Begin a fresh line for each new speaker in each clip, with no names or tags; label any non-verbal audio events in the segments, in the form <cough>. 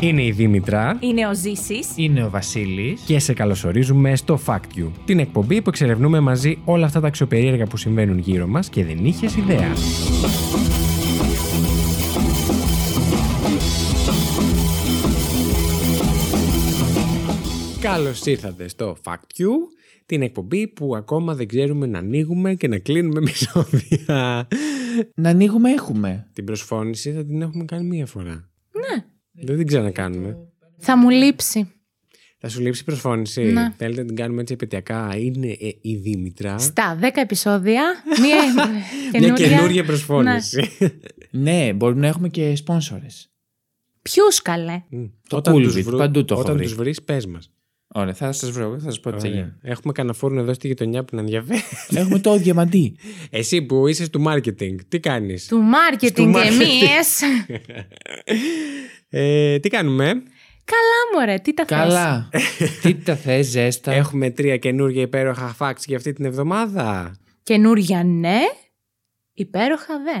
Είναι η Δήμητρα
Είναι ο Ζήσης.
Είναι ο Βασίλης.
και σε καλωσορίζουμε στο Fact You, την εκπομπή που εξερευνούμε μαζί όλα αυτά τα αξιοπερίεργα που συμβαίνουν γύρω μας και δεν είχες ιδέα. Καλώς ήρθατε στο Fact You, την εκπομπή που ακόμα δεν ξέρουμε να ανοίγουμε και να κλείνουμε <laughs> επεισόδια.
Να ανοίγουμε έχουμε.
Την προσφώνηση θα την έχουμε κάνει μία φορά. Ναι. Δεν την ξανακάνουμε.
Θα μου λείψει.
Θα σου λείψει η προσφώνηση.
Ναι.
Θέλετε να την κάνουμε έτσι επαιτειακά. Είναι ε, η Δήμητρα.
Στα 10 επεισόδια, μία
Μια
καινούρια.
καινούργια προσφώνηση.
Ναι, μπορούμε να έχουμε και σπόνσορες.
Ποιους καλέ.
Μμ.
Το cool bit, παντού το έχω
Όταν
βρει.
τους βρεις πες μας.
Ωραία, θα σας βρω, θα σας πω τι θα
Ωραία.
γίνει.
Έχουμε κανένα εδώ στη γειτονιά που να
<laughs>
ενδιαφέρει.
Έχουμε το <laughs> διαμαντί.
Εσύ που είσαι του marketing, τι κάνεις.
Του
Του
marketing
marketing.
εμείς.
Ε, τι κάνουμε.
Καλά, μωρέ, τι τα θες.
Καλά. τι τα θες, ζέστα.
Έχουμε τρία καινούργια υπέροχα facts για αυτή την εβδομάδα. <laughs>
Καινούρια ναι, υπέροχα δε.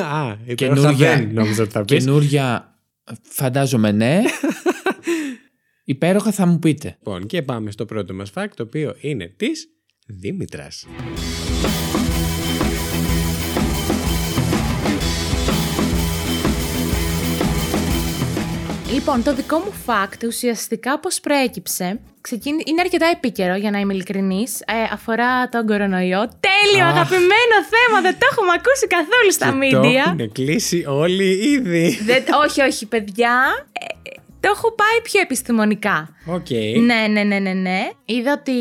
Α, υπέροχα
Καινούργια.
δεν νόμιζα ότι θα πεις.
Καινούρια, φαντάζομαι <laughs> ναι. Υπέροχα θα μου πείτε.
Λοιπόν, και πάμε στο πρώτο μας fact, το οποίο είναι της Δήμητρας.
Λοιπόν, το δικό μου fact ουσιαστικά πώς προέκυψε. Ξεκίνη... Είναι αρκετά επίκαιρο για να είμαι ειλικρινής. Ε, αφορά τον κορονοϊό. Τέλειο,
Αχ.
αγαπημένο θέμα, δεν το έχουμε ακούσει καθόλου στα
Και Το
μίντια.
έχουν κλείσει όλοι ήδη.
<laughs> Δεν- όχι, όχι, παιδιά. Ε, ε, το έχω πάει πιο επιστημονικά.
Οκ.
Ναι, ναι, ναι, ναι, ναι. Είδα ότι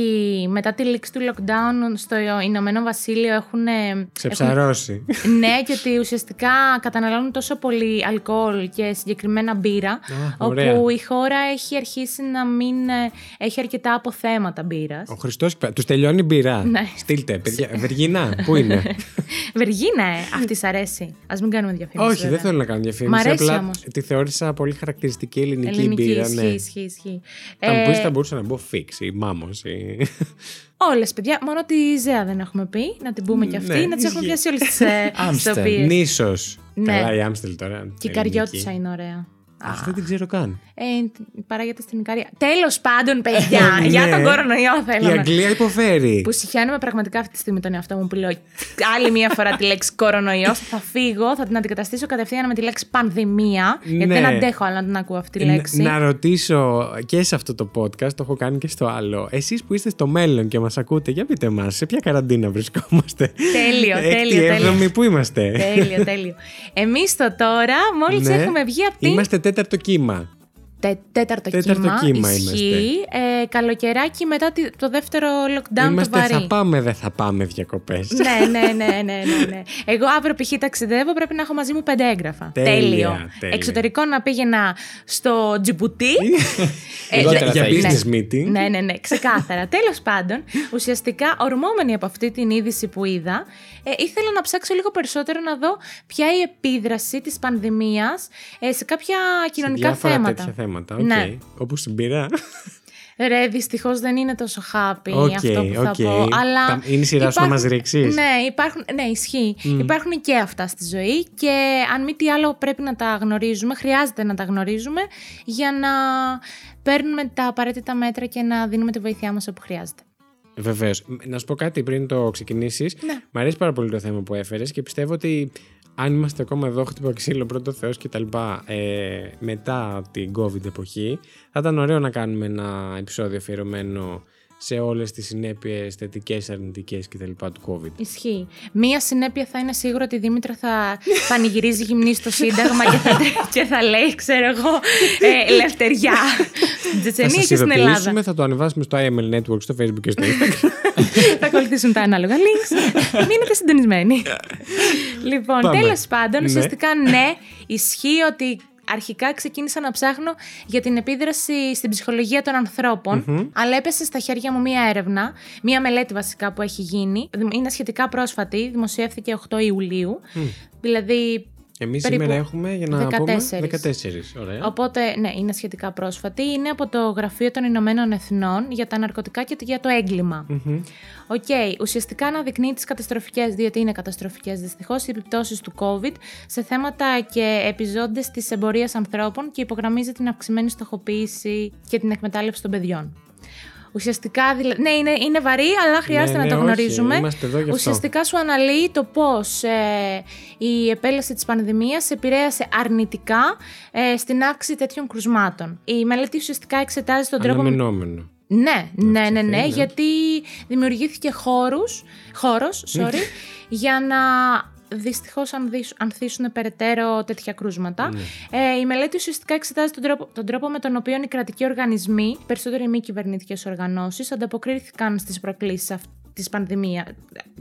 μετά τη λήξη του lockdown στο Ηνωμένο Βασίλειο έχουν. ε,
Σε
έχουν-
ψαρώσει.
ναι, και ότι ουσιαστικά καταναλώνουν τόσο πολύ αλκοόλ και συγκεκριμένα μπύρα.
Α,
όπου
ωραία.
η χώρα έχει αρχίσει να μην ε, έχει αρκετά αποθέματα μπύρας.
Ο Χριστός τους τελειώνει η μπυρά.
Ναι.
Στείλτε, παιδιά. Βεργινά, πού
<laughs>
είναι.
<laughs> Βεργίνα, ε, αυτή σ' αρέσει. Ας μην κάνουμε διαφήμιση.
Όχι, δεν
βέβαια.
θέλω να κάνω διαφήμιση.
Μ' αρέσει
απλά
όμως.
τη θεώρησα πολύ χαρακτηριστική ελληνική,
Ελληνική
μπύρα.
ισχύει,
ναι.
ισχύει, ισχύει.
Θα μου
Ε,
πει, θα μπορούσα να μπω fix ή μάμος.
<laughs>
Ή...
Όλες, παιδιά. Μόνο τη Ζέα δεν έχουμε πει. Να την πούμε κι αυτή.
Ναι,
να τις
ισχύει.
έχουμε πιάσει όλες τις
Άμστερ.
ιστοπίε.
Νήσος.
Ναι.
Καλά, η Άμστελ τώρα.
Και
ελληνική.
η καριώτησα είναι ωραία.
Αχ, δεν την ξέρω καν.
Ε, παράγεται στην Ικαρία. Τέλος πάντων, παιδιά,
<laughs> Ναι.
για τον κορονοϊό θέλω
Η
να.
Αγγλία υποφέρει.
Που συχαίνομαι πραγματικά αυτή τη στιγμή τον εαυτό μου που λέω άλλη μία φορά τη λέξη κορονοϊό. Θα φύγω, θα την αντικαταστήσω κατευθείαν με τη λέξη πανδημία. Γιατί
Ναι.
δεν αντέχω άλλο να την ακούω αυτή τη λέξη.
Ε, Να, να ρωτήσω και σε αυτό το podcast, το έχω κάνει και στο άλλο. Εσείς που είστε στο μέλλον και μας ακούτε, για πείτε μας, σε ποια καραντίνα βρισκόμαστε.
Τέλειο,
Έκτη,
τέλειο, τέλειο.
έβδομη, πού είμαστε.
τέλειο, τέλειο. Εμείς το τώρα, μόλις
Ναι.
έχουμε βγει από την.
Είμαστε τέταρτο κύμα.
Τε, τέταρτο,
Τέταρτο κύμα
ισχύει. Ε, καλοκαιράκι μετά τη- το δεύτερο lockdown
είμαστε
το βαρύ.
θα πάμε, δεν θα πάμε διακοπές. <laughs>
ναι, ναι, ναι, ναι, ναι, ναι. Εγώ αύριο π.χ. ταξιδεύω, πρέπει να έχω μαζί μου πέντε έγγραφα.
Τέλεια,
Τέλειο.
τέλεια.
Εξωτερικό να πήγαινα στο
<laughs>
Τζιμπουτί. Ε,
Λιγότερα
για
θα
ναι.
business meeting.
Ναι, ναι, ναι,
<laughs>
ξεκάθαρα. Τέλος πάντων, ουσιαστικά ορμόμενη από αυτή την είδηση που είδα, ε, ήθελα να ψάξω λίγο περισσότερο να δω ποια η επίδραση της πανδημίας σε κάποια
Σε
κοινωνικά
διάφορα
θέματα.
τέτοια θέματα.
Ναι.
Ναι. Όπω στην πυρά.
Ρε, δυστυχώς δεν είναι τόσο happy
Οκ,
αυτό που θα
οκ.
πω. Αλλά
Τα- είναι η σειρά σου να μας ρίξεις?
Ναι, υπάρχουν, ναι ισχύει. Υπάρχουν και αυτά στη ζωή και αν μη τι άλλο πρέπει να τα γνωρίζουμε, χρειάζεται να τα γνωρίζουμε για να παίρνουμε τα απαραίτητα μέτρα και να δίνουμε τη βοήθειά μας όπου χρειάζεται.
Βεβαίως. Να σου πω κάτι πριν το ξεκινήσεις.
Ναι.
Μ' αρέσει πάρα πολύ το θέμα που έφερες και πιστεύω ότι αν είμαστε ακόμα εδώ, χτύπα ξύλο, πρώτο Θεός κτλ. Ε, μετά την COVID εποχή, θα ήταν ωραίο να κάνουμε ένα επεισόδιο αφιερωμένο σε όλες τις συνέπειες θετικές, αρνητικές κτλ. του COVID.
Ισχύει. Μία συνέπεια θα είναι σίγουρο ότι η Δήμητρα θα πανηγυρίζει γυμνή στο Σύνταγμα και, θα, και θα λέει, ξέρω εγώ, ε, ελευθεριά. Στην
Θα
Τσετσενία
σας
και στην Ελλάδα.
ειδοποιήσουμε, θα το ανεβάσουμε στο IML Network, στο Facebook και στο Instagram.
<laughs> θα ακολουθήσουν τα ανάλογα links. Μείνετε συντονισμένοι. λοιπόν,
Πάμε.
τέλος πάντων,
Ναι.
ουσιαστικά ναι, ισχύει ότι αρχικά ξεκίνησα να ψάχνω για την επίδραση στην ψυχολογία των ανθρωπων αλλά έπεσε στα χέρια μου μία έρευνα, μία μελέτη βασικά που έχει γίνει. Είναι σχετικά πρόσφατη, δημοσιεύθηκε 8 Ιουλίου. Δηλαδή
Εμείς
Περίπου
σήμερα έχουμε για να
14.
πούμε 14. Ωραία.
Οπότε, ναι, είναι σχετικά πρόσφατη. Είναι από το Γραφείο των Ηνωμένων Εθνών για τα ναρκωτικά και για το έγκλημα.
Μμμ.
Οκ, ουσιαστικά αναδεικνύει τις καταστροφικές, διότι είναι καταστροφικές δυστυχώς, οι επιπτώσεις του COVID σε θέματα και επιζώντες της εμπορίας ανθρώπων και υπογραμμίζει την αυξημένη στοχοποίηση και την εκμετάλλευση των παιδιών. Ουσιαστικά, δηλα... ναι, είναι, είναι βαρύ, αλλά χρειάζεται
Ναι,
να
ναι,
το
όχι,
γνωρίζουμε.
είμαστε εδώ γι' αυτό.
Ουσιαστικά σου αναλύει το πώς ε, η επέλαση της πανδημίας επηρέασε αρνητικά ε, στην αύξηση τέτοιων κρουσμάτων. Η μελέτη ουσιαστικά εξετάζει τον τρόπο... με-
Αναμενόμενο.
Ναι, ναι, ναι, ναι,
ναι.
γιατί δημιουργήθηκε χώρους, χώρος sorry, για να δυστυχώς ανθίσ- ανθίσουν περαιτέρω τέτοια κρούσματα. Ε, η μελέτη ουσιαστικά εξετάζει τον τρόπο, τον τρόπο με τον οποίο οι κρατικοί οργανισμοί, περισσότερο οι μη κυβερνητικές οργανώσεις, ανταποκρίθηκαν στις προκλήσεις αυτές της πανδημία,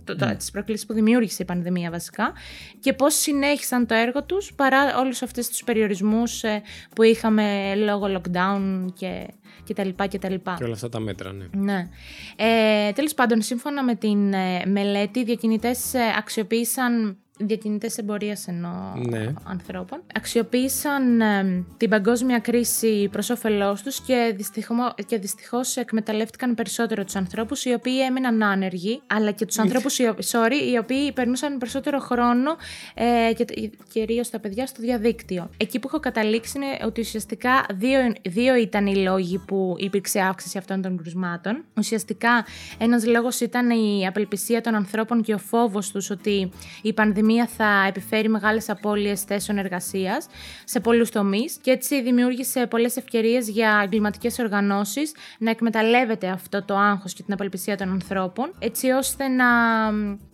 το, το, τις προκλήσεις που δημιούργησε η πανδημία βασικά και πώς συνέχισαν το έργο τους παρά όλους αυτούς τους περιορισμούς ε, που είχαμε λόγω lockdown και, και τα λοιπά και τα λοιπά.
Και όλα αυτά τα μέτρα, ναι.
Ναι. Ε, Τέλος πάντων, σύμφωνα με την ε, μελέτη, οι διακινητές αξιοποίησαν. Διακινητέ εμπορία εννοώ
Ναι.
ανθρώπων. Αξιοποίησαν ε, την παγκόσμια κρίση προς όφελός τους και, δυστυχωμο- και δυστυχώς εκμεταλλεύτηκαν περισσότερο τους ανθρώπους οι οποίοι έμειναν άνεργοι, αλλά και τους ανθρώπους sorry, οι οποίοι περνούσαν περισσότερο χρόνο ε, και, κυρίως τα παιδιά στο διαδίκτυο. Εκεί που έχω καταλήξει είναι ότι ουσιαστικά δύο, δύο ήταν οι λόγοι που υπήρξε αύξηση αυτών των κρουσμάτων. Ουσιαστικά ένας λόγος ήταν η απελπισία των ανθρώπων και ο φόβος τους ότι η πανδημία θα επιφέρει μεγάλες απώλειες θέσεων εργασίας σε πολλούς τομείς και έτσι δημιούργησε πολλές ευκαιρίες για εγκληματικές οργανώσεις να εκμεταλλεύεται αυτό το άγχος και την απελπισία των ανθρώπων έτσι ώστε να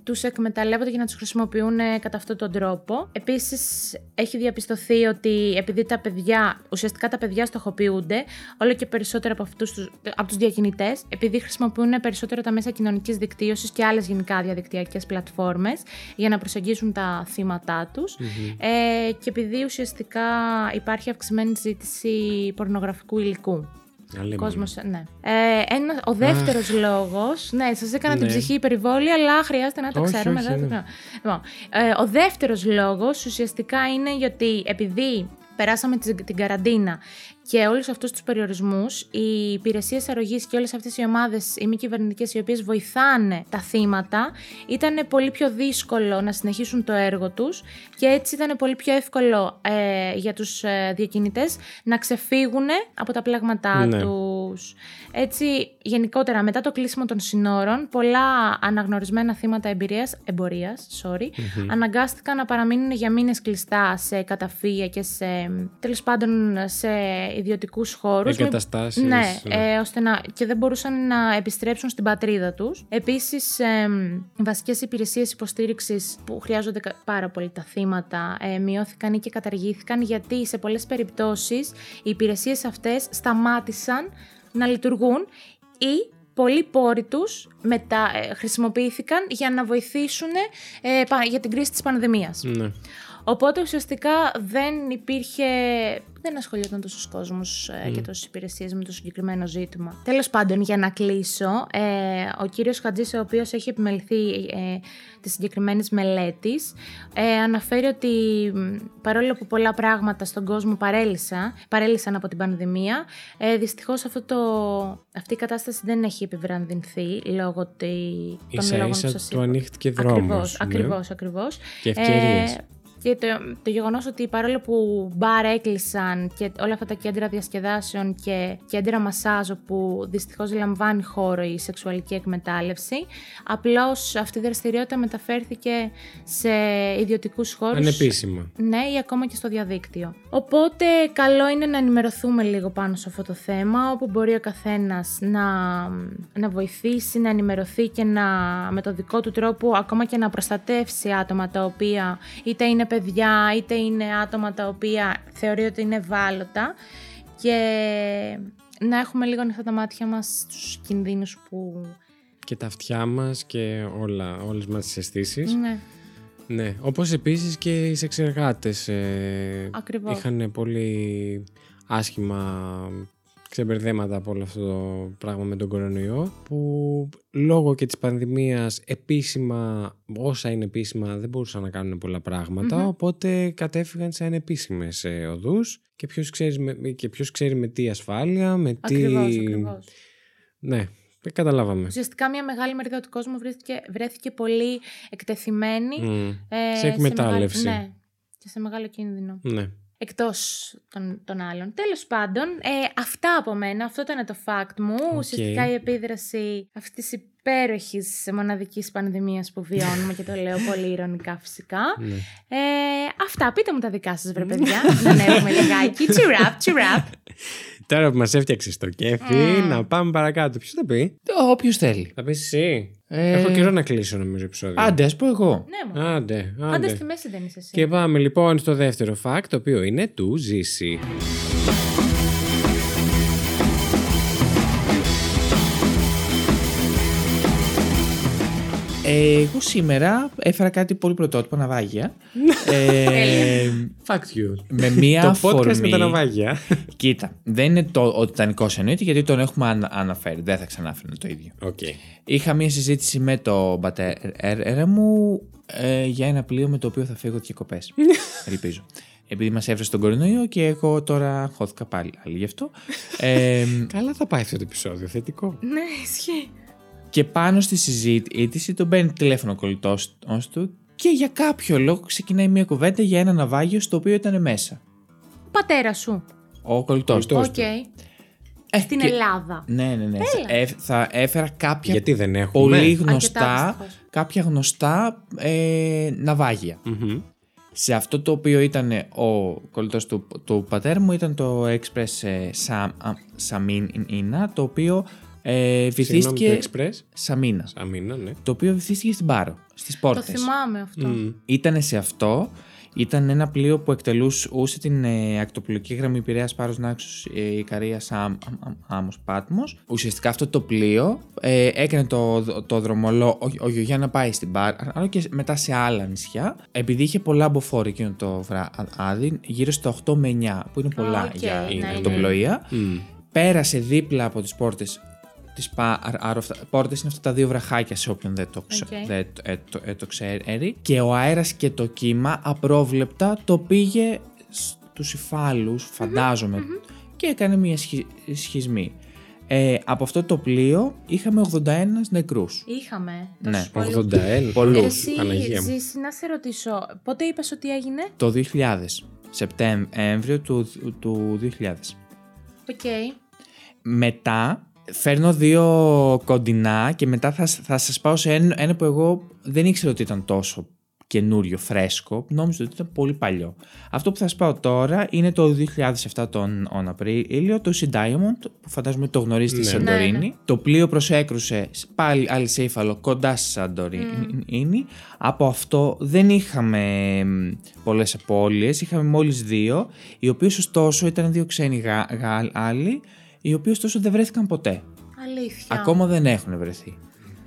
τους εκμεταλλεύονται και να τους χρησιμοποιούν ε, κατά αυτόν τον τρόπο. Επίσης έχει διαπιστωθεί ότι επειδή τα παιδιά, ουσιαστικά τα παιδιά στοχοποιούνται, όλο και περισσότερο από, αυτούς τους, από τους διακινητές, επειδή χρησιμοποιούν περισσότερο τα μέσα κοινωνικής δικτύωσης και άλλες γενικά διαδικτυακές πλατφόρμες για να προσεγγίσουν τα θύματά τους ε, και επειδή ουσιαστικά υπάρχει αυξημένη ζήτηση πορνογραφικού υλικού.
Αλίμονο.
Κόσμος, ναι. Ε, ένα, ο δεύτερος λόγος. Ναι, σας έκανα την
Ναι.
ψυχή υπερβολή, αλλά χρειάζεται να το
Όχι,
ξέρουμε.
όχι,
δεν το
ναι.
κάνω. Λοιπόν, ε, ο δεύτερος λόγος ουσιαστικά είναι γιατί επειδή περάσαμε τις- την καραντίνα και όλους αυτούς τους περιορισμούς, οι υπηρεσίες αρρωγής και όλες αυτές οι ομάδες, οι μη κυβερνητικές οι οποίες βοηθάνε τα θύματα, ήταν πολύ πιο δύσκολο να συνεχίσουν το έργο τους και έτσι ήταν πολύ πιο εύκολο ε, για τους ε, διακινητές να ξεφύγουν από τα πλάγματά
Ναι.
τους τους. Έτσι, γενικότερα, μετά το κλείσιμο των συνόρων, πολλά αναγνωρισμένα θύματα εμπειρίας, εμπορίας sorry, αναγκάστηκαν να παραμείνουν για μήνες κλειστά σε καταφύγια και σε, τέλος πάντων, σε ιδιωτικούς χώρους. Μη-
Εγκαταστάσεις,
Ναι,
ναι.
ε, ώστε να, και δεν μπορούσαν να επιστρέψουν στην πατρίδα τους. Επίσης, εμ, οι βασικές υπηρεσίες υποστήριξης που χρειάζονται κα- πάρα πολύ τα θύματα ε, μειώθηκαν ή και καταργήθηκαν γιατί σε πολλές περιπτώσεις οι υπηρεσίες αυτές σταμάτησαν να λειτουργούν ή πολλοί πόροι τους μετα, ε, χρησιμοποιήθηκαν για να βοηθήσουν ε, πα- για την κρίση της πανδημίας.
Ναι.
Οπότε ουσιαστικά δεν υπήρχε. Δεν ασχολιόταν τόσος κόσμος και τόσες υπηρεσίες με το συγκεκριμένο ζήτημα. Τέλος πάντων, για να κλείσω, ε, ο κύριος Χατζής, ο οποίος έχει επιμεληθεί ε, της συγκεκριμένης μελέτης, ε, αναφέρει ότι μ, παρόλο που πολλά πράγματα στον κόσμο παρέλυσαν, παρέλυσαν από την πανδημία, ε, δυστυχώς αυτή η κατάσταση δεν έχει επιβραδυνθεί λόγω τη, των
Ίσα
λόγων που
ίσα
σα
του
είπα.
ανοίχτηκε δρόμος.
Ακριβώς, ακριβώς, ακριβώς.
Και ευκαιρίες.
Ε, και το, το γεγονός ότι παρόλο που μπαρ έκλεισαν και όλα αυτά τα κέντρα διασκεδάσεων και κέντρα μασάζ που δυστυχώς λαμβάνει χώρο η σεξουαλική εκμετάλλευση, απλώς αυτή η δραστηριότητα μεταφέρθηκε σε ιδιωτικούς χώρους.
Ανεπίσημα.
Ναι, ή ακόμα και στο διαδίκτυο. Οπότε, καλό είναι να ενημερωθούμε λίγο πάνω σε αυτό το θέμα, όπου μπορεί ο καθένας να, να βοηθήσει, να ενημερωθεί και να, με το δικό του τρόπο, ακόμα και να προστατεύσει άτομα τα οποία είτε είναι παιδιά, είτε είναι άτομα τα οποία θεωρεί ότι είναι ευάλωτα και να έχουμε λίγο ανοιχτά τα μάτια μας στους κινδύνους που...
Και τα αυτιά μας και όλα, όλες μας τις αισθήσεις.
Ναι,
Ναι, όπως επίσης και οι σεξεργάτες ε,
Ακριβώς.
είχαν πολύ άσχημα ξεμπερδέματα από όλο αυτό το πράγμα με τον κορονοϊό που λόγω και της πανδημίας επίσημα, όσα είναι επίσημα δεν μπορούσαν να κάνουν πολλά πράγματα,
Μμμ.
οπότε κατέφυγαν σε ανεπίσημες ε, οδούς και ποιος, ξέρεις με, και ποιος ξέρει με τι ασφάλεια, με τι...
Ακριβώς, ακριβώς.
Ναι, καταλάβαμε.
Ουσιαστικά μια μεγάλη μερίδα του κόσμου βρέθηκε, βρέθηκε πολύ εκτεθειμένη.
Μμ.
ε,
σε εκμετάλλευση.
μεγάλο- ναι, και σε μεγάλο κίνδυνο.
Ναι.
Εκτός των, των άλλων. Τέλος πάντων, ε, αυτά από μένα. Αυτό ήταν το fact μου. Ουσιαστικά η επίδραση αυτής της υπέροχης μοναδικής πανδημίας που βιώνουμε και το λέω
<laughs>
πολύ ηρωνικά φυσικά.
ναι.
Ε, αυτά. Πείτε μου τα δικά σας βρε παιδιά. να ανέβουμε
<laughs>
λιγάκι. Cheer up, cheer up.
Τώρα που μας έφτιαξες το κέφι, να πάμε παρακάτω. Ποιος θα πει?
Όποιος θέλει.
Θα πεις εσύ.
Ε,
Έχω καιρό να κλείσω νομίζω επεισόδιο.
Άντε, ας πω εγώ.
ναι, μου.
Άντε, άντε.
Πάντα στη μέση δεν είσαι εσύ.
Και πάμε λοιπόν στο δεύτερο fact, το οποίο είναι του Ζήση.
Ε, εγώ σήμερα έφερα κάτι πολύ πρωτότυπο, <laughs> ναυάγια. ε,
Fact you.
με μία
το podcast
αφορμή.
με τα ναυάγια.
Κοίτα, δεν είναι το, ο Τιτανικό εννοείται γιατί τον έχουμε ανα- αναφέρει. Δεν θα ξανάφερνε το ίδιο.
Οκ.
Είχα μία συζήτηση με τον πατέρα μου ε, για ένα πλοίο με το οποίο θα φύγω διακοπές.
<laughs>
Ελπίζω. Επειδή μας έφερε τον κορονοϊό και εγώ τώρα χώθηκα πάλι άλλη γι' αυτό. Ε,
Καλά θα πάει αυτό το επεισόδιο, θετικό.
Ναι, ισχύει.
και πάνω στη συζήτηση τον παίρνει τηλέφωνο ο κολλητός του και για κάποιο λόγο ξεκινάει μία κουβέντα για ένα ναυάγιο στο οποίο ήταν μέσα.
Πατέρα σου.
Ο κολλητός του.
Κολλητός. Πώς
Οκ.
το?
Ε,
Στην
και-
Ελλάδα.
Ναι, ναι, ναι. Θα, ε, θα έφερα κάποια
Γιατί δεν έχουμε.
πολύ
Αρκετά,
γνωστά,
δυστυχώς.
κάποια γνωστά ε, ναυάγια.
Μμμ.
Σε αυτό το οποίο ήταν ε, ο κολλητός του, του πατέρα μου ήταν το Express ε, Sam- α, Σαμίνινα, το οποίο ε,
Συγγνώμη, το
βυθίστηκε...
Express.
Σαμίνα.
Α, μήνα, ναι.
Το οποίο βυθίστηκε στην Πάρο, στις
Το
πόρτες.
θυμάμαι αυτό.
Μμ.
Ήταν σε αυτό, ήταν ένα πλοίο που εκτελούσε την ε, ακτοπλοϊκή γραμμή Πειραιάς Πάρος Νάξος ε, Ικαρίας Άμ- Αμ- Άμμος Πάτμος. Ουσιαστικά αυτό το πλοίο ε, έκανε το, το δρομολό ο, ο Γιωγιά να πάει στην Πάρο και μετά σε άλλα νησιά. Επειδή είχε πολλά μποφόρ εκείνο το βράδυ, γύρω στα 8 με 9, που είναι πολλά
οκ,
για
ναι, ναι.
ακτοπλοεία,
Μμ.
πέρασε δίπλα από τις πόρτες της Πάρο. Πόρτες είναι αυτά τα δύο βραχάκια σε όποιον δεν το, ξε-
Οκ.
δεν το- ε, το- ε, το ξέρει. Και ο αέρας και το κύμα απρόβλεπτα το πήγε στους υφάλους, φαντάζομαι, και έκανε μια σχι- σχισμή. Ε, από αυτό το πλοίο είχαμε 81 νεκρούς.
Είχαμε.
Ναι.
τόσους πολλούς.
81.
Πολλούς.
Εσύ,
Παναγία μου.
Ζήση, να σε ρωτήσω, πότε είπες ότι έγινε.
Το 2000, Σεπτέμβριο του, του 2000.
Οκ.
μετά φέρνω δύο κοντινά και μετά θα, σ- θα σας πάω σε ένα, ένα που εγώ δεν ήξερα ότι ήταν τόσο καινούριο, φρέσκο. Νόμιζα ότι ήταν πολύ παλιό. Αυτό που θα σας πάω τώρα είναι το 2007 τον τον Απρίλιο, το Sea Diamond, που φαντάζομαι το γνωρίζετε στη
Ναι.
Σαντορίνη.
Ναι, ναι.
Το πλοίο προσέκρουσε σ- πάλι άλλη σε ύφαλο κοντά στη Σαντορίνη. Από αυτό δεν είχαμε μ, πολλές απώλειες, είχαμε μόλις δύο, οι οποίες ωστόσο ήταν δύο ξένοι Γα- Γάλλοι, οι οποίοι ωστόσο δεν βρέθηκαν ποτέ.
Αλήθεια.
Ακόμα δεν έχουν βρεθεί.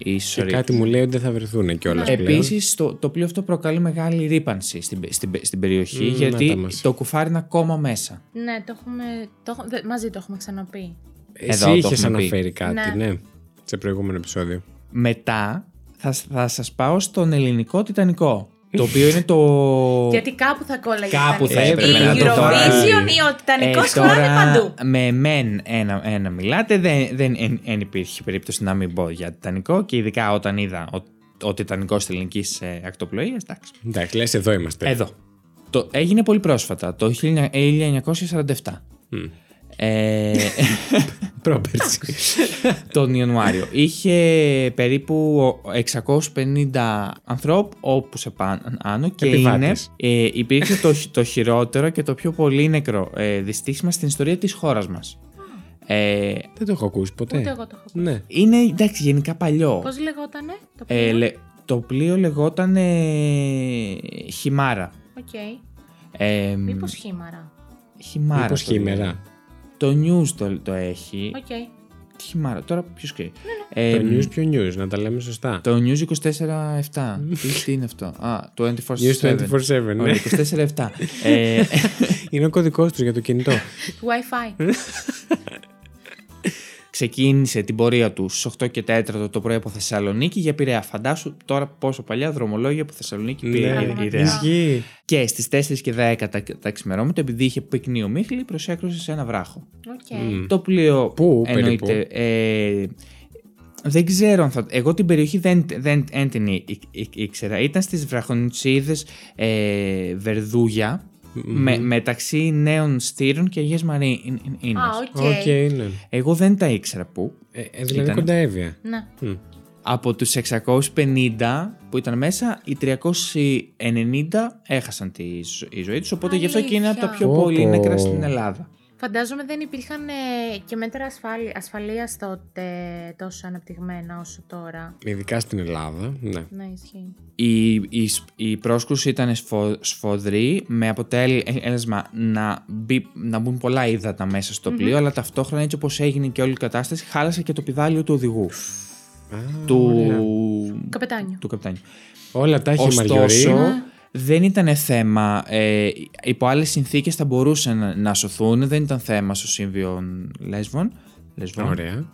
Οι
Και
σωροί.
κάτι μου λέει ότι δεν θα βρεθούν κιόλας πλέον.
Επίσης, το, το πλοίο αυτό προκαλεί μεγάλη ρήπανση στην, στην, στην περιοχή,
Μ, να τα
γιατί
μας.
το κουφάρι είναι ακόμα μέσα.
Ναι, το έχουμε. Το, έχω- δε- μαζί το έχουμε ξαναπεί.
Εσύ
Εδώ το
είχες
έχουμε πει.
αναφέρει κάτι,
Ναι.
ναι. Σε προηγούμενο επεισόδιο.
Μετά θα, θα σας πάω στον ελληνικό Τιτανικό, το οποίο είναι το...
Γιατί κάπου θα κόλλαγε.
Κάπου
ήταν
θα
η-
έπρεπε
η
να το
Eurovision
βάλει.
ή ο Τιτανικό
Ε, τώρα,
χωράνε παντού.
Με μεν ένα, ένα μιλάτε, δεν, δεν εν, εν υπήρχε περίπτωση να μην πω για Τιτανικό και ειδικά όταν είδα ο, ο Τιτανικός της ελληνικής ε, ακτοπλοείας. Εντάξει.
Εντάξει, λες, εδώ είμαστε.
Εδώ. Το, έγινε πολύ πρόσφατα, το 1947.
Μμ.
Ε,
Πρόπερση.
τον Ιανουάριο. Είχε περίπου 650 ανθρώπου όπου σε πάνω και
Επιβάτες.
είναι, ε, υπήρξε το, χ- το χειρότερο και το πιο πολύ νεκρό ε, δυστύχημα στην ιστορία της χώρας μας. Ε,
Δεν το έχω ακούσει ποτέ.
Ούτε εγώ το έχω πει.
Ναι.
είναι εντάξει γενικά παλιό.
Πώς λεγότανε το
Ε,
πλοίο.
λε- το πλοίο λεγόταν ε, Χιμάρα.
Οκ.
Ε,
Μήπω χήμαρα.
Χιμάρα.
Μήπως
το λένε.
χήμερα.
Το news το, το έχει.
Οκ.
Χιμάρα. Τώρα ποιος ξέρει.
Το
Ε,
news πιο news, να τα λέμε σωστά.
Το News
<laughs>
24-7. τι, τι είναι αυτό. Α, το 24-7.
News 24-7.
Ωραία,
ναι.
24-7. ε, <laughs> Ε.
Είναι ο κωδικός τους για το κινητό.
Του Wi-Fi.
ξεκίνησε την πορεία τους στι 8 και 4 το πρωί από Θεσσαλονίκη για Πειραιά. Φαντάσου τώρα πόσο παλιά δρομολόγια από Θεσσαλονίκη πήρε η Πειραιά.
Ναι, ε, Ισχύει.
Και στις 4 και 10 τα, τα ξημερώματα, επειδή είχε πυκνή ομίχλη, προσέκρουσε σε ένα βράχο.
Οκ.
Μμ.
Το πλοίο.
Πού
εννοείται. Ε, δεν ξέρω αν θα. Εγώ την περιοχή δεν, δεν, δεν την ή- ή- ή- ήξερα. Ήταν στις βραχονιτσίδες ε, Βερδούγια. Με, μεταξύ νέων στήρων και Αγίας Μαρίνας.
Α, οκ.
Οκ, ναι.
Εγώ δεν τα ήξερα πού.
Ε, ε, δηλαδή
Ήταν.
κοντά έβγαια.
Ναι.
Μμ.
Από τους 650 που ήταν μέσα, οι 390 έχασαν τη ζω- η ζωή τους, οπότε γι' αυτό και είναι από τα
Αλήθεια.
πιο
Πω,
πολύ
πω.
νεκρά στην Ελλάδα.
Φαντάζομαι δεν υπήρχαν ε, και μέτρα ασφάλι, ασφαλείας τότε τόσο αναπτυγμένα όσο τώρα.
Ειδικά στην Ελλάδα. Ναι.
Ναι, ισχύει.
Η, η, σ- η πρόσκρουση ήταν σφο- σφοδρή με αποτέλεσμα να, μπει, να μπουν πολλά ύδατα μέσα στο πλοιο αλλά ταυτόχρονα έτσι όπως έγινε και όλη η κατάσταση χάλασε και το πιδάλιο του οδηγού
Α,
του,
Καπετάνιο.
του καπιτάνιου.
Όλα τα έχει η
Ωστόσο,
Μαριωρή.
δεν ήταν θέμα. Ε, υπό άλλες συνθήκες θα μπορούσαν να- να σωθούν. Δεν ήταν θέμα στο σύμβιον Λέσβων. Λέσβων.
Ωραία.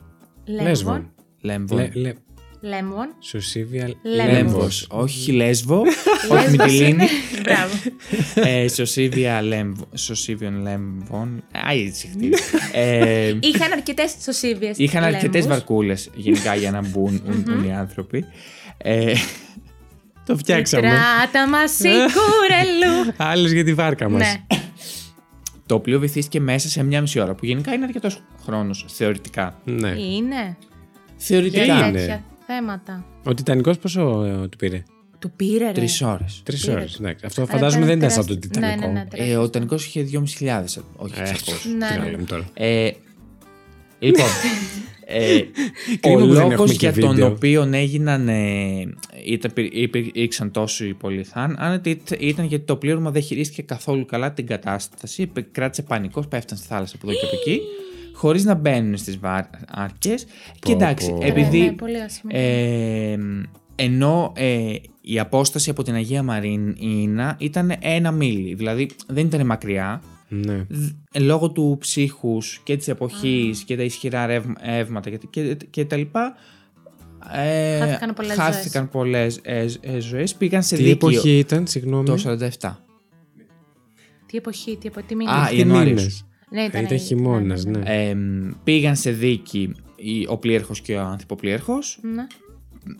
Λέμβον.
Λέμβων.
Λε, λε,
Λέμβον.
Σουσίβια
Λέμβος.
Λέμβος.
Λέμβος.
<laughs>
Όχι Λέσβο. όχι
Λέσβος
Μυτιλίνη.
είναι- <laughs> Μπράβο.
ε, Σωσίβια Λέμβο. Σωσίβιον Λέμβων. Άι, συχτή.
<laughs>
ε,
Είχαν αρκετές σωσίβιε.
Είχαν αρκετές βαρκούλες γενικά για να μπουν ουν- οι άνθρωποι. Ε, το φτιάξαμε.
Κράτα μας η
<laughs>
κουρελού.
Άλλε για τη βάρκα μας.
Ναι.
Το πλοίο βυθίστηκε μέσα σε μία μισή ώρα, που γενικά είναι αρκετός χρόνος θεωρητικά.
Ναι.
Είναι.
Τι
Για
Θεωρητικά.
είναι?
τέτοια θέματα.
Ο Τιτανικός πόσο ε, του πήρε.
Του πήρε. ρε.
Τρεις ώρες.
Τρεις
Πήρε.
ώρες. ναι. Αυτό φαντάζομαι δεν ήταν σαν τον
τεράστιο. Ναι,
Τιτανικό.
ναι, ναι,
Ε, ο Τανικό είχε 2.500. Όχι,
Ε,
600.
Ναι,
τι να
ναι.
λέμε τώρα.
Ε, λοιπόν.
<laughs>
ε, ο
που δεν
λόγος
έχουμε και
για τον
βίντεο.
οποίο έγιναν. Ε, ήταν, υπήρξαν τόσοι πολλοί θάνατοι ήταν- ήταν γιατί το πλήρωμα δεν χειρίστηκε καθόλου καλά την κατάσταση. Επε- Κράτησε πανικό, πέφτανε στη θάλασσα από εδώ και από
<gasps>
εκεί. Χωρίς να μπαίνουν στις βάρκε.
Πω,
Και εντάξει,
πω.
Ναι,
επειδή
ναι, πολύ άσχημο.
ε, ενώ ε, η απόσταση από την Αγία Μαρίνα ήταν ένα μίλι, δηλαδή δεν ήταν μακριά.
Ναι.
Δ- Λόγω του ψύχους και της εποχής και τα ισχυρά ρεύμα- ρεύματα και, και, και τα λοιπά ε,
Χάθηκαν πολλές
χάθηκαν πολλές, ε, ε, ζωές, πήγαν σε
Τι
δίκαιο
εποχή ήταν, συγγνώμη.
το 47.
Τι εποχή, τι εποχή, τι
Α,
μήνα.
Τι
Ιανουάριος.
μήνες.
Ναι,
Ε, Ήταν χειμώνα, ναι.
Ε, πήγαν σε δίκη οι- ο πλήρχος και ο ανθιποπλήρχος
Ναι.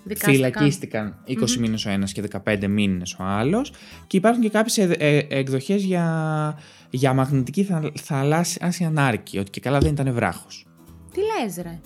Δικάστηκαν.
Φυλακίστηκαν 20 μήνες ο ένας και 15 μήνες ο άλλος και υπάρχουν και κάποιες ε, ε, εκδοχές για, για μαγνητική θα, θαλάσσια ανάρκη, ότι και καλά δεν ήταν βράχος.
Τι λες, ρε.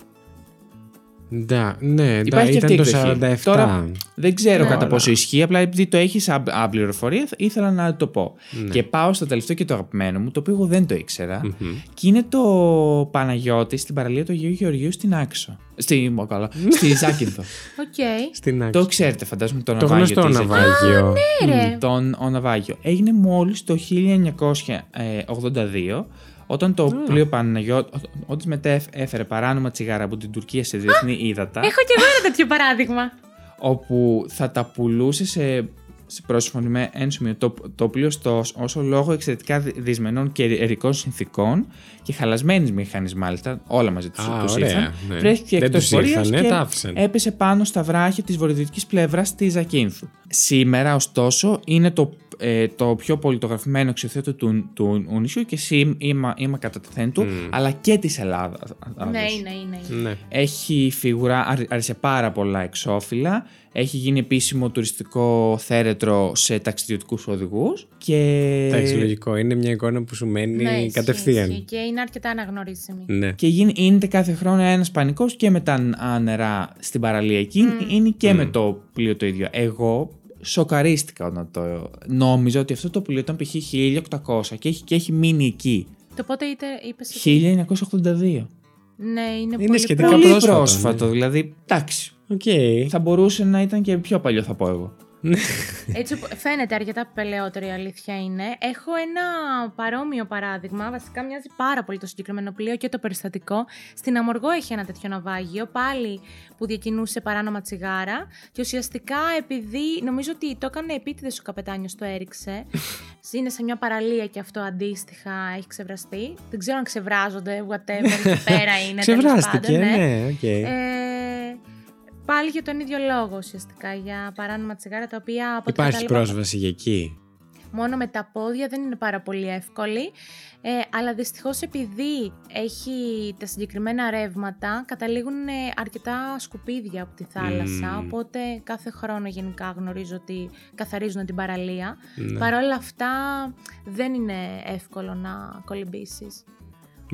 Ντά, ναι, ντά,
Υπάρχει και
ήταν το
αυτή η εκδοχή.
47.
Τώρα- Δεν ξέρω
Ναι.
κατά
Ωραία.
πόσο ισχύει, απλά επειδή το έχεις σαν σαν πληροφορία, θα- ήθελα να το πω.
Ναι.
Και πάω στο τελευταίο και το αγαπημένο μου, το οποίο εγώ δεν το ήξερα.
Μμμ.
Και είναι το Παναγιώτη στην παραλία του Αγίου Γεωργίου στην Άξο. Στη Μοκαλά.
<laughs>
στη Ζάκυνθο.
Οκ.
Στην άκρη.
το ξέρετε, φαντάζομαι το
Το
ναυάγιο.
γνωστό
της-
ναυάγιο.
Ναι, ρε.
Τον ο ναυάγιο. Έγινε μόλις το 1982 όταν το πλοίο Παναγιώτη μετέφερε παράνομα τσιγάρα από την Τουρκία σε διεθνή ύδατα.
Έχω κι εγώ ένα τέτοιο παράδειγμα.
όπου θα τα πουλούσε σε, σε ένσημιο το, το πλοίο στο, όσο λόγω εξαιρετικά δυ- δυσμενών και ερικών συνθήκων και χαλασμένης μηχανής μάλιστα, όλα μαζί τους,
Α,
τους
ωραία,
ήρθαν,
ναι.
βρέθηκε
Δεν
εκτός
τους ήρθανε,
πορείας και
τα άφησαν.
έπεσε πάνω στα βράχια της βορειοδυτικής πλευράς της Ζακίνθου. Σήμερα ωστόσο είναι το, ε, το πιο πολιτογραφημένο αξιοθέατο του, του νησιού και σήμα είμαι, κατά τα θέν του,
Mm.
αλλά και της Ελλάδας.
Ναι, είναι, είναι. είναι.
Ναι.
Έχει φιγουρά, άρι- άρισε πάρα πολλά εξώφυλλα. Έχει γίνει επίσημο τουριστικό θέρετρο σε ταξιδιωτικούς οδηγούς.
Εντάξει,
Και,
λογικό. Είναι μια εικόνα που σου μένει
Ε, Ναι, ισχύει, ισχύει
κατευθείαν.
Και είναι αρκετά αναγνωρίσιμη.
Ναι.
και γίνει, είναι κάθε χρόνο ένας πανικός και με τα ν- νερά στην παραλία εκεί. Είναι και με το πλοίο το ίδιο. Εγώ σοκαρίστηκα όταν το. Νόμιζα ότι αυτό το πλοίο ήταν π.χ. 1800 και έχει, και έχει μείνει εκεί.
Το πότε είτε είπες.
1982.
Ναι, είναι,
Είναι
πολύ
σχετικά
<laughs>
προ-
Πολύ
πρόσφατο,
πρόσφατο, δηλαδή. Εντάξει.
Οκ.
Θα μπορούσε να ήταν και πιο παλιό, θα πω εγώ.
Έτσι οπο- φαίνεται αρκετά πελαιότερο η αλήθεια είναι. Έχω ένα παρόμοιο παράδειγμα. Βασικά μοιάζει πάρα πολύ το συγκεκριμένο πλοίο και το περιστατικό. Στην Αμοργό έχει ένα τέτοιο ναυάγιο, πάλι που διακινούσε παράνομα τσιγάρα. Και ουσιαστικά επειδή νομίζω ότι το έκανε επίτηδες ο καπετάνιος, το έριξε. Είναι σε μια παραλία και αυτό αντίστοιχα έχει ξεβραστεί. Δεν ξέρω αν ξεβράζονται, whatever, εκεί πέρα είναι. τέλος
Ξεβράστηκε,
πάντων, ναι.
ναι, οκ.
Ε, πάλι για τον ίδιο λόγο ουσιαστικά, για παράνομα τσιγάρα τα οποία από ό,τι
Υπάρχει
κατάλαβα,
πρόσβαση για εκεί.
μόνο με τα πόδια δεν είναι πάρα πολύ εύκολη. Ε, αλλά δυστυχώς επειδή έχει τα συγκεκριμένα ρεύματα καταλήγουν ε, αρκετά σκουπίδια από τη θάλασσα
Μμμ.
οπότε κάθε χρόνο γενικά γνωρίζω ότι καθαρίζουν την παραλία.
Ναι.
Παρ' όλα αυτά δεν είναι εύκολο να κολυμπήσεις.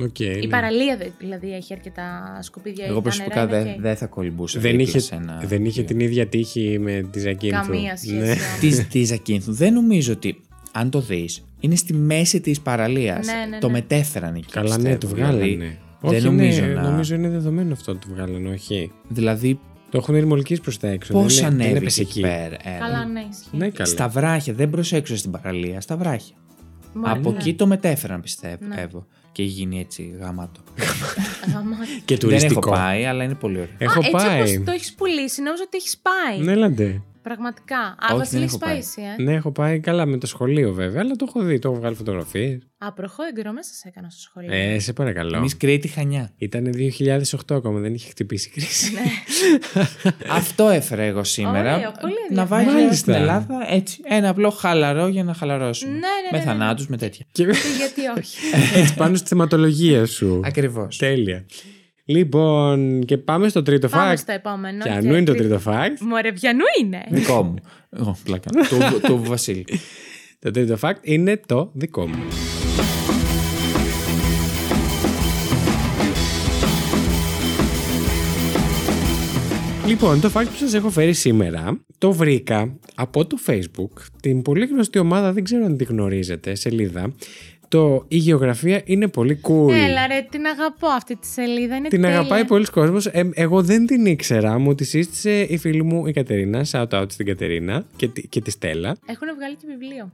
Οκ,
Η
ναι.
παραλία δε- δηλαδή έχει αρκετά σκουπίδια.
Εγώ
τα
προσωπικά
νερά
δεν
είναι οκ.
δεν θα κολυμπούσα.
Δεν
δίπλα
είχε,
σε ένα
δεν είχε
πλοίο.
την ίδια τύχη με τη Ζακίνθου.
Καμία σχέση.
Ναι.
όμως.
της, της Ακίνθου. Δεν νομίζω ότι, αν το δεις, είναι στη μέση της παραλίας.
Ναι, ναι,
Το
ναι.
μετέφεραν εκεί.
Καλά, ναι,
πιστεύω.
το
Δηλαδή,
βγάλανε. Όχι,
δεν
νομίζω,
νομίζω να-
νομίζω είναι δεδομένο αυτό ότι το βγάλανε, όχι.
δηλαδή
Το έχουν ρημολική προς τα έξω.
πώς
δεν είναι- δεν
ανέβηκε
έπεσε
εκεί
εκεί.
πέρα. ε,
Καλά, ναι, ισχύει.
Ναι, καλά.
Στα βράχια, δεν προσέξω στην παραλία, στα βράχια.
Μπορεί,
Από
ναι.
εκεί το μετέφεραν, πιστεύω.
Ναι.
Εύω. Και έχει γίνει έτσι γαμάτο.
Γαμάτι.
Και
δεν έχω
Ε, τουριστικό. Ε,
πάει, αλλά είναι πολύ ωραίο.
<laughs> Έχω
Α, Έτσι
πάει.
όπως το έχεις πουλήσει, νόμιζα ότι έχεις πάει.
Ναι, έλαντε.
Πραγματικά.
δεν
Α, Βασίλης,
έχω
έχεις πάει
πάει.
εσύ, ε.
Ναι, έχω πάει καλά με το σχολείο βέβαια, αλλά το έχω δει. Το έχω βγάλει φωτογραφίες.
Α, προχώ εγκυρό μέσα σε έκανα στο σχολείο.
Ε, σε παρακαλώ.
Εμείς Κρήτη Χανιά.
Ήταν 2008 ακόμα, δεν είχε χτυπήσει η κρίση.
Ναι.
Αυτό έφερα εγώ σήμερα.
Ωραίο, πολύ
να
ενδιαφέρον.
βάλει στην
Μάλιστα.
Ελλάδα έτσι. Ένα απλό χαλαρό για να χαλαρώσουμε.
Ναι, ναι, ναι,
με
ναι.
θανάτους, με τέτοια.
<laughs> Και
Και Ε, γιατί
<laughs>
όχι.
έτσι πάνω στη θεματολογία σου.
Ακριβώς.
Τέλεια. Λοιπόν, και πάμε στο τρίτο
Πάμε
fact.
στο επόμενο.
Και ανού είναι το τρίτο Ναι, fact.
Μωρέ, ποιανού είναι.
Δικό μου. Εγώ,
<laughs>
πλάκα. του, του Βασίλη.
Το τρίτο fact είναι το δικό μου. Λοιπόν, το fact που σας έχω φέρει σήμερα το βρήκα από το Facebook, την πολύ γνωστή ομάδα, δεν ξέρω αν τη γνωρίζετε, σελίδα. Το «Η γεωγραφία είναι πολύ cool».
Έλα ρε, την αγαπώ αυτή τη σελίδα. Είναι
Την
τέλεια.
αγαπάει πολλοί κόσμος. Ε, εγώ δεν την ήξερα. Μου τη σύστησε η φίλη μου η Κατερίνα. Shout out στην Κατερίνα και, τη- και τη Στέλλα.
Έχουν βγάλει και βιβλίο.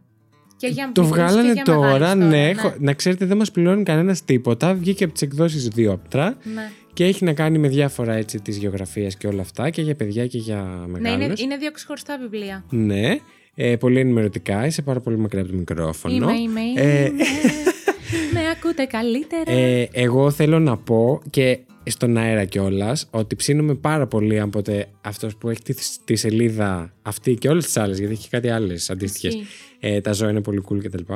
Και για
Το
μικρούς και
βγάλανε
για
τώρα,
μεγάλους
ναι,
ναι.
χω- Να ξέρετε, δεν μας πληρώνει κανένας τίποτα. Βγήκε από τις εκδόσεις Διόπτρα
Ναι.
και έχει να κάνει με διάφορα έτσι της γεωγραφίας και όλα αυτά και για παιδιά και για
Ναι,
μεγάλους.
είναι, είναι δύο ξεχωριστά βιβλία.
Ναι. Ε, πολύ ενημερωτικά, είσαι πάρα πολύ μακριά από το μικρόφωνο.
Είμαι, είμαι,
Ε,
είμαι. Με ακούτε καλύτερα.
Ε, εγώ θέλω να πω και στον αέρα κιόλας ότι ψήνουμε πάρα πολύ αν ποτέ αυτός που έχει τη, τη σελίδα αυτή και όλες τις άλλες, γιατί έχει κάτι άλλες αντίστοιχες.
Ισχύει.
Ε, τα ζώα είναι πολύ cool κτλ.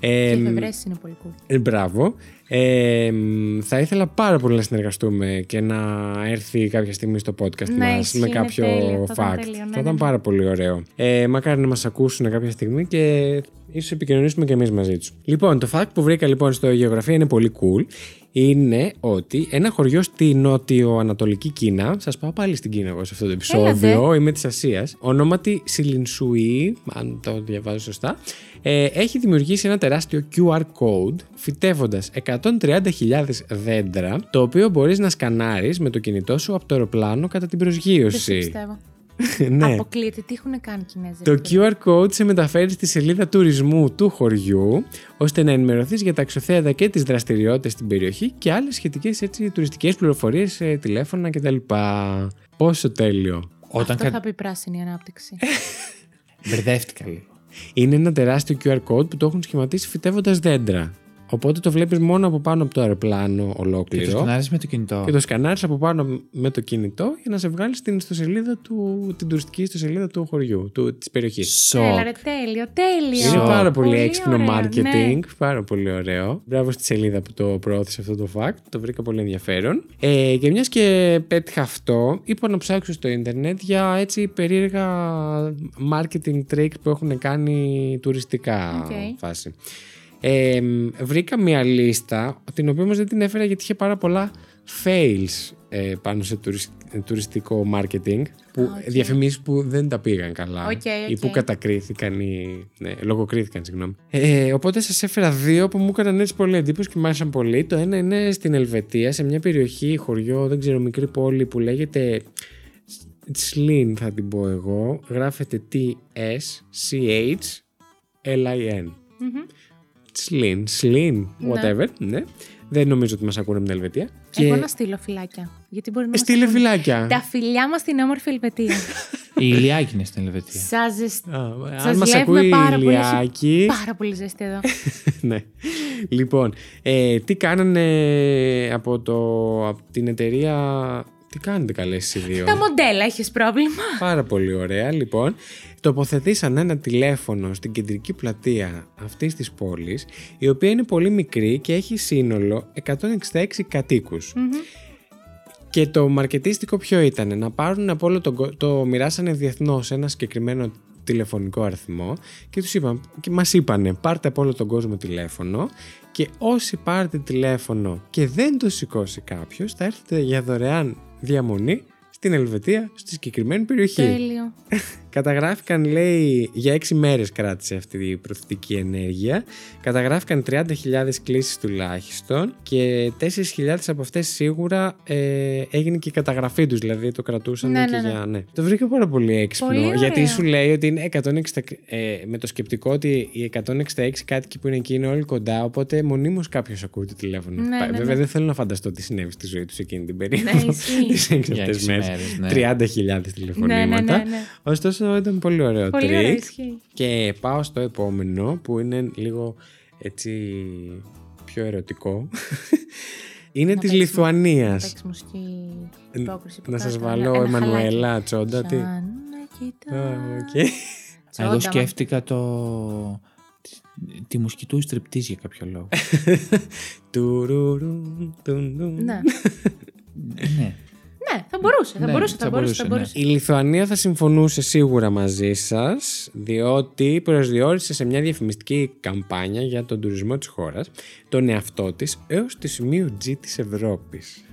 Ε,
Και η Φεβρέση είναι πολύ cool.
ε, Μπράβο. Ε, μ, θα ήθελα πάρα πολύ να συνεργαστούμε και να έρθει κάποια στιγμή στο podcast
Ναι,
μας
ισχύει,
με
είναι
κάποιο
τέλειο,
fact.
θα ήταν τέλειο, ναι,
θα ήταν
ναι.
πάρα πολύ ωραίο. Ε, μακάρι να μας ακούσουν κάποια στιγμή και ίσως επικοινωνήσουμε και εμείς μαζί τους. Λοιπόν, το fact που βρήκα λοιπόν στο γεωγραφία είναι πολύ cool. Είναι ότι ένα χωριό στη νότιο-ανατολική Κίνα, σας πάω πάλι στην Κίνα εγώ σε αυτό το επεισόδιο, είμαι της Ασίας, ονόματι Σιλινσουή, αν το διαβάζω σωστά, ε, έχει δημιουργήσει ένα τεράστιο QR code φυτεύοντας 130.000 δέντρα, το οποίο μπορείς να σκανάρεις με το κινητό σου από το αεροπλάνο κατά την
Δεν σε
προσγείωση.
πιστεύω.
<laughs> ναι.
Αποκλείεται. Τι έχουν κάνει οι Κινέζοι. ρε
Το
φίλε.
QR code σε μεταφέρει στη σελίδα τουρισμού του χωριού, ώστε να ενημερωθείς για τα αξιοθέατα και τις δραστηριότητες στην περιοχή και άλλες σχετικές έτσι, τουριστικές πληροφορίες, ε, τηλέφωνα κτλ. Πόσο τέλειο.
Όταν
Αυτό
κα...
θα πει πράσινη ανάπτυξη.
Ε,
μπερδεύτηκα λίγο.
Είναι ένα τεράστιο QR code που το έχουν σχηματίσει φυτεύοντας δέντρα. Οπότε το βλέπεις μόνο από πάνω από το αεροπλάνο
Και το
ολόκληρο.
σκανάρεις με το κινητό.
Και το σκανάρεις από πάνω με το κινητό για να σε βγάλει στην ιστοσελίδα του, την τουριστική ιστοσελίδα του χωριού, του, της περιοχής.
Έλα ρε,
Σοκ.
τέλειο, τέλειο.
Είναι
Σοκ.
πάρα πολύ,
Πολύ
έξυπνο
ωραίο,
marketing.
ναι.
Πάρα πολύ ωραίο. Μπράβο στη σελίδα που το προώθησε αυτό το fact. Το βρήκα πολύ ενδιαφέρον. Ε, και μιας και πέτυχα αυτό, είπα να ψάξω στο ίντερνετ για έτσι περίεργα marketing trick που έχουν κάνει τουριστικά
Οκ.
φάση. Ε, μ, βρήκα μια λίστα, την οποία όμως δεν την έφερα γιατί είχε πάρα πολλά fails ε, πάνω σε τουρισ- ε, τουριστικό marketing που
Οκ.
διαφημίσεις που δεν τα πήγαν καλά
Οκ, οκ.
ή που κατακρίθηκαν ή ναι, λογοκρίθηκαν, συγγνώμη. Ε, οπότε σας έφερα δύο που μου έκαναν έτσι πολύ εντύπωση και μου άρεσαν πολύ. Το ένα είναι στην Ελβετία, σε μια περιοχή, χωριό, δεν ξέρω, μικρή πόλη που λέγεται Τσλίν θα την πω εγώ. Γράφεται T-S-C-H-L-I-N.
Μμμ.
Σλίν, σλίν,
Ναι.
whatever. Ναι. Δεν νομίζω ότι μας ακούνε από την Ελβετία.
Εγώ να στείλω φυλάκια. Γιατί μπορεί να μας
Στείλε
ακούνε. Τα
φυλάκια.
φιλιά μας στην όμορφη Ελβετία.
<laughs>
Η Ηλιάκη είναι στην Ελβετία.
Σα ζεστή.
Α, Αν
Σας
μας
βλέπουμε
ακούει η
πάρα πολύ. Είσαι
Λιάκη.
Πάρα πολύ ζεστή εδώ.
ναι. Λοιπόν, ε, τι κάνανε από, το, από την εταιρεία. Τι κάνετε καλές οι δύο.
Τα μοντέλα έχεις πρόβλημα.
Πάρα πολύ ωραία. Λοιπόν, τοποθετήσαν ένα τηλέφωνο στην κεντρική πλατεία αυτής της πόλης, η οποία είναι πολύ μικρή και έχει σύνολο 166 κατοικους Και το μαρκετίστικο ποιο ήταν, να πάρουν από όλο τον κο- το μοιράσανε διεθνώς ένα συγκεκριμένο τηλεφωνικό αριθμό και τους είπαν, και μας είπανε πάρτε από όλο τον κόσμο τηλέφωνο και όσοι πάρετε τηλέφωνο και δεν το σηκώσει κάποιος θα έρθετε για δωρεάν διαμονή στην Ελβετία, στη συγκεκριμένη περιοχή.
Τέλειο.
Καταγράφηκαν, λέει, για έξι μέρες κράτησε αυτή η προθετική ενέργεια. Καταγράφηκαν 30.000 κλήσεις τουλάχιστον και 4.000 από αυτές σίγουρα ε, έγινε και η καταγραφή τους, δηλαδή το κρατούσαν
Ναι,
και
ναι, ναι.
για... Ναι. Το βρήκα πάρα πολύ έξυπνο,
Πολύ ωραίο.
γιατί σου λέει ότι είναι 160, ε, με το σκεπτικό ότι οι 166 κάτοικοι που είναι εκεί είναι όλοι κοντά, οπότε μονίμως κάποιος ακούει το τηλέφωνο.
Ναι,
Πα-
ναι,
Βέβαια
ναι.
δεν θέλω να φανταστώ τι συνέβη στη ζωή τους εκείνη την περίοδο.
Ναι, ισχύει.
<laughs> τις έξι
Για
αυτές
έξι
μέρες.
μέρες, ναι.
30.000
Ναι,
τηλεφωνήματα.
ναι, ναι. ναι.
Ωστόσο ήταν πολύ ωραίο
Πολύ ωραία
τρίκ
ισχύει.
και πάω στο επόμενο που είναι λίγο έτσι πιο
<laughs>
ερωτικό. είναι
Να
της
παίξουμε-
Λιθουανίας.
Παίξει μουσική
Ν-
υπόκριση. που
Να σας
κάτω,
βάλω
ένα- ένα
Εμμανουέλα Τσόντα.
χαλάκι.
Τι. Α,
Σαν να κοιτάς.
οκ. <laughs>
Α,
Τσόντα,
Εγώ
μα.
σκέφτηκα το. τη- Τη μουσική του στριπτή για κάποιο
<laughs>
λόγο.
Τουρουρου, τουντουν.
Ναι.
ναι.
Ναι, θα μπορούσε, θα
Ναι,
μπορούσε,
θα
θα μπορούσε.
μπορούσε,
Θα
ναι.
μπορούσε.
Η Λιθουανία θα συμφωνούσε σίγουρα μαζί σας, διότι προσδιορίσε σε μια διαφημιστική καμπάνια για τον τουρισμό της χώρας τον εαυτό της έως τη σημείο G της Ευρώπης.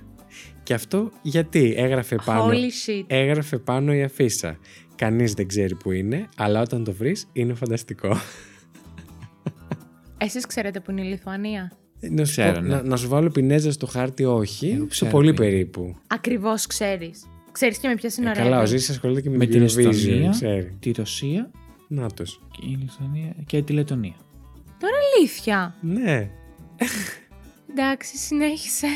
Και αυτό γιατί έγραφε πάνω,
Holy shit.
έγραφε πάνω η αφίσα. Κανείς δεν ξέρει που είναι, αλλά όταν το βρεις είναι
Ε,
φανταστικό.
Εσείς ξέρετε που είναι η Λιθουανία.
Να σου,
Ξέρω,
πω-
ναι.
να, να σου βάλω πινέζα στο χάρτη όχι,
Εγώ
σε
ξέρω
πολύ
που είναι.
περίπου.
Ακριβώς ξέρεις. Ξέρεις και με
Ε,
ποια σύνορα.
καλά, ο
είναι.
Ζήσης ασχολείται και με,
Με την Εστονία.
Eurovision, ξέρει.
Τη Ρωσία
Νάτος.
και η Λιθουανία και τη Λετωνία.
Αλήθεια.
Ναι,
Εντάξει, συνέχισε.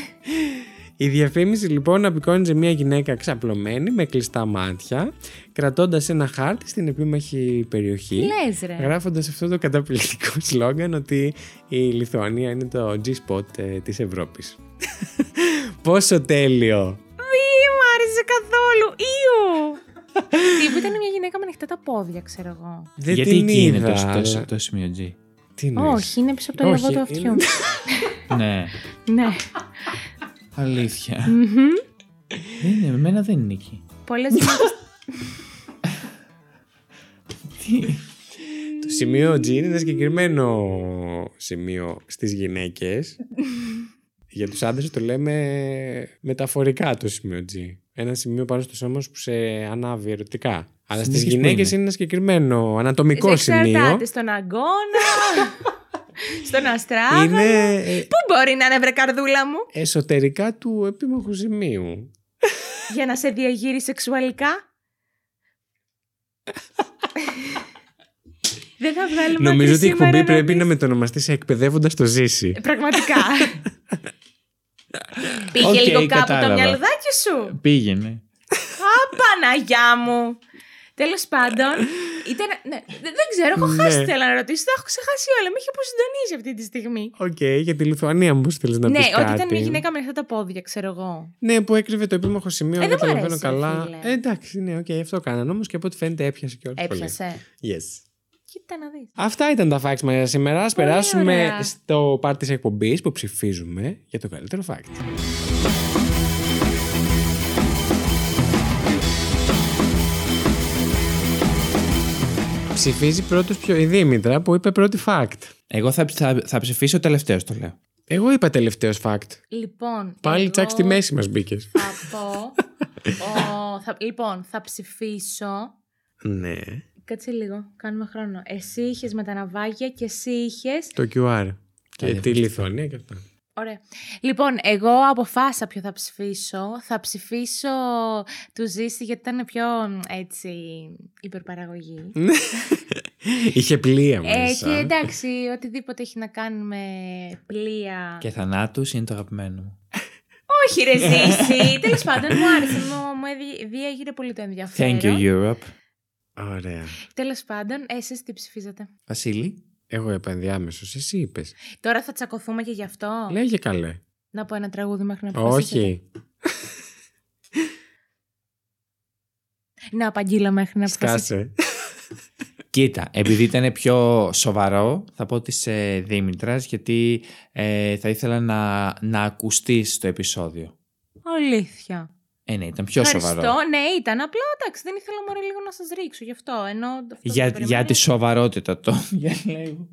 Η διαφήμιση λοιπόν απεικόνιζε μια γυναίκα ξαπλωμένη με κλειστά μάτια, κρατώντας ένα χάρτη στην επίμαχη περιοχή.
Ναι.
Λες ρε.
Γράφοντας αυτό το καταπληκτικό <laughs> σλόγγαν ότι η Λιθουανία είναι το G-spot ε, της
<laughs>
Ευρώπης. Πόσο τέλειο!
Μη μ' άρεσε καθόλου. Ήου. Τύπου ήταν μια γυναίκα με ανοιχτά τα πόδια, ξέρω εγώ.
Δεν
Γιατί
την
εκεί
είδα,
είναι το,
αλλά-
το, το σημείο G.
Τι εννοείς?
Όχι, είναι πίσω από το
Όχι,
λαγό του αυτιού.
είναι-
ναι.
Ναι.
Αλήθεια. δεν είναι, εμένα δεν είναι εκεί.
Πολλές γυναίκε.
Τι.
Το σημείο G είναι ένα συγκεκριμένο σημείο στις
<laughs>
γυναίκες. Για τους άντρες το λέμε μεταφορικά το σημείο G. Ένα σημείο πάνω στο σώμα σου που σε ανάβει ερωτικά. Αλλά στις
Συνήθως πού
γυναίκες
είναι?
είναι ένα συγκεκριμένο ανατομικό σημείο.
Εξαρτάται στον αγώνα,
<laughs>
στον αστράγαλο.
Είναι ε,
Πού μπορεί να είναι, βρε καρδούλα μου,
εσωτερικά του επίμαχου σημείου.
για να σε διαγείρει σεξουαλικά. Δεν θα βγάλουμε
Νομίζω
άκρη
ότι η
σήμερα Ε,
εκπομπή πρέπει
πεις-
να μετονομαστεί σε εκπαιδεύοντας το ζήσει.
Πραγματικά. Πήγε
Οκ,
λίγο κάπου
κατάλαβα.
το μυαλουδάκι σου.
Πήγαινε.
Απαναγιά μου. Τέλος πάντων, ήταν. Ναι, δε- δεν ξέρω, έχω
Ναι.
χάσει. Θέλω να ρωτήσω, τα έχω ξεχάσει όλα. Με έχει αποσυντονίσει αυτή τη στιγμή.
Οκ, για τη Λιθουανία μου θέλεις να
ναι,
πεις
ότι
κάτι.
ήταν μια γυναίκα με αυτά τα πόδια, ξέρω εγώ.
Ναι, που έκρυβε το επίμαχο σημείο,
Ε,
αν
δεν μ'
καταλαβαίνω
αρέσει,
καλά.
φίλε.
Ε, εντάξει, ναι, οκ, αυτό κάνανε όμως και από ό,τι φαίνεται έπιασε και όλα.
Έπιασε.
Yes.
Κοίτα να δεις.
Αυτά ήταν τα facts μας για σήμερα. Ας περάσουμε
ωραία.
στο part της εκπομπής που ψηφίζουμε για το καλύτερο fact. Ψηφίζει πρώτος πιο η Δήμητρα που είπε πρώτη fact.
Εγώ θα, θα, θα ψηφίσω τελευταίος, το λέω.
Εγώ είπα τελευταίος fact.
Λοιπόν.
Πάλι
εγώ
τσακ στη μέση μας μπήκες.
Θα πω. ο, θα, λοιπόν, θα ψηφίσω.
Ναι.
Κάτσε λίγο, κάνουμε χρόνο. Εσύ είχες με τα ναυάγια και εσύ είχες.
Το QR. Και
Τα
τη Λιθουανία και αυτά.
Ωραία. Λοιπόν, εγώ αποφάσισα ποιο θα ψηφίσω. Θα ψηφίσω του Ζήση γιατί ήταν πιο έτσι υπερπαραγωγή.
Είχε πλοία
Ε,
μέσα.
και εντάξει, οτιδήποτε έχει να κάνει με πλοία.
Και θανάτους είναι το αγαπημένο μου.
Όχι, ρε Ζήση. Τέλος πάντων, μου άρεσε. Μου, μου έδι- διέγειρε πολύ το ενδιαφέρον.
Thank you, Europe.
Ωραία.
Τέλος πάντων, εσείς τι ψηφίζατε.
Βασίλη.
Εγώ είπα ενδιάμεσο. Εσύ είπες.
Τώρα θα τσακωθούμε και γι' αυτό.
Λέγε καλέ.
Να πω ένα τραγούδι μέχρι να αποφασίσετε.
Όχι.
Να απαγγείλω μέχρι να αποφασίσετε.
Σκάσε.
Κοίτα, επειδή ήταν πιο σοβαρό, θα πω της ε, Δήμητρας, γιατί ε, θα ήθελα να, να ακουστεί στο επεισόδιο.
Αλήθεια.
Ε, ναι, ήταν πιο
Ευχαριστώ.
σοβαρό.
Ναι, ήταν. Απλά εντάξει, δεν ήθελα μόνο λίγο να σας ρίξω γι' αυτό. Ενώ αυτό που
Για,
περιμένει-
για τη σοβαρότητα το διαλέγω.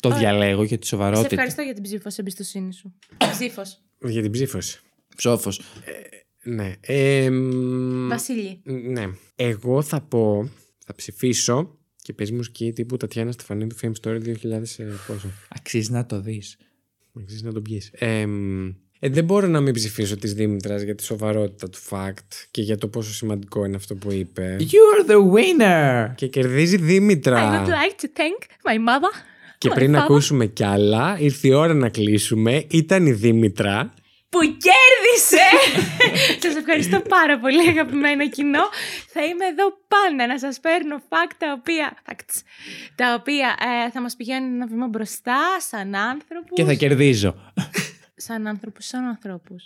το διαλέγω για τη
Σε
σοβαρότητα.
ευχαριστώ για την ψήφος εμπιστοσύνη σου. Ψήφος.
Για την ψήφος.
Ψόφος.
Ναι. Ε, μ,
Βασίλη.
ναι. Εγώ θα πω, θα ψηφίσω και πες μουσική τύπου Τατιάνα Στεφανίδου Fame Story 2000 ε, πόσο. Αξίζει
Να το δεις.
Αξίζει να τον πιείς. Ε, μ, ε, δεν μπορώ να μην ψηφίσω της Δήμητρας για τη σοβαρότητα του fact και για το πόσο σημαντικό είναι αυτό που είπε.
You're the winner!
Και κερδίζει Δήμητρα.
I would like to thank my mother.
Και
my
πριν
father,
ακούσουμε κι άλλα, ήρθε η ώρα να κλείσουμε. Ήταν η Δήμητρα.
Που
<laughs>
κέρδισε! σας ευχαριστώ πάρα πολύ, αγαπημένο κοινό. Θα είμαι εδώ πάντα να σας παίρνω fact τα οποία, facts, τα οποία ε, θα μας πηγαίνουν ένα βήμα μπροστά, σαν άνθρωπου.
Και θα κερδίζω.
Σαν άνθρωπου, σαν ανθρώπους.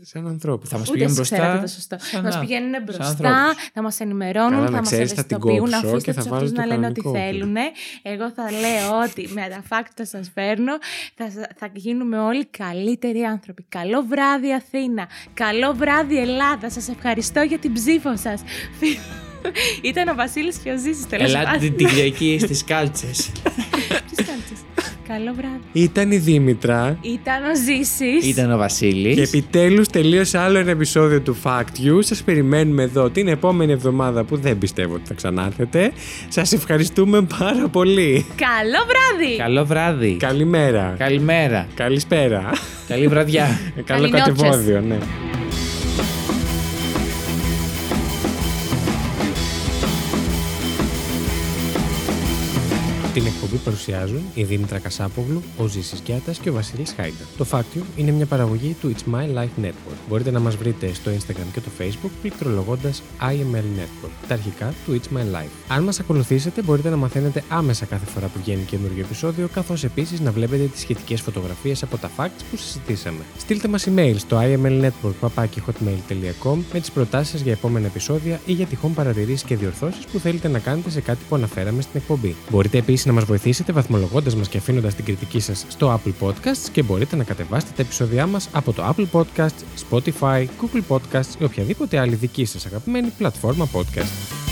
Σαν ανθρώπου.
Θα μας
Ούτε
πηγαίνουν
εσείς ξέρατε
μπροστά.
το σωστό.
σαν
Θα μας
να-
πηγαίνουν
σαν
μπροστά,
ανθρώπους.
θα μας ενημερώνουν,
Καλά,
θα
να
μας
ξέρεις, θα την
ευαισθητοποιούν.
κόψω
Αφήστε
και θα
του
βάλω
αυτού
το
να λένε ό,τι
κανονικό.
θέλουν. Εγώ θα λέω ότι με τα fact που σας παίρνω θα, σα- θα γίνουμε όλοι καλύτεροι άνθρωποι. Καλό βράδυ, Αθήνα. Καλό βράδυ, Ελλάδα. Σας ευχαριστώ για την ψήφο σας. <laughs> Ήταν ο Βασίλης και ο Ζήσης τελικά.
Ελάτε την Κυριακή στις κάλτσες.
Καλό βράδυ.
Ήταν η Δήμητρα.
Ήταν ο Ζήσης.
Ήταν ο
Και
Βασίλη.
επιτέλους τελείωσε άλλο ένα επεισόδιο του Fact You. Σας περιμένουμε εδώ την επόμενη εβδομάδα που δεν πιστεύω ότι θα ξανάρθετε. Σας ευχαριστούμε πάρα πολύ.
Καλό βράδυ.
Καλό βράδυ.
Καλημέρα.
Καλημέρα.
Καλησπέρα.
Καλή βραδιά.
Ε, Καλό
νότσες.
κατεβόδιο, ναι. Την εκπομπή παρουσιάζουν η Δήμητρα Κασάπογλου, ο Ζήσης Γιάτας και ο Βασίλης Χάιντας. Το Factium είναι μια παραγωγή του It's My Life Network. Μπορείτε να μας βρείτε στο Instagram και το Facebook πληκτρολογώντας IML Network, τα αρχικά του It's My Life. Αν μας ακολουθήσετε μπορείτε να μαθαίνετε άμεσα κάθε φορά που βγαίνει καινούργιο επεισόδιο, καθώς επίσης να βλέπετε τις σχετικές φωτογραφίες από τα facts που συζητήσαμε. Στείλτε μας email στο imlnetwork.hotmail.com με τις προτάσεις σας για επόμενα επεισόδια ή για τυχόν παρατηρήσεις και διορθώσεις που θέλετε να κάνετε σε κάτι που αναφέραμε στην εκπομπή. Μπορείτε επίσης να μας βοηθήσετε βαθμολογώντας μας και αφήνοντας την κριτική σας στο Apple Podcasts και μπορείτε να κατεβάσετε τα επεισόδια μας από το Apple Podcasts, Spotify, Google Podcasts ή οποιαδήποτε άλλη δική σας αγαπημένη πλατφόρμα podcast.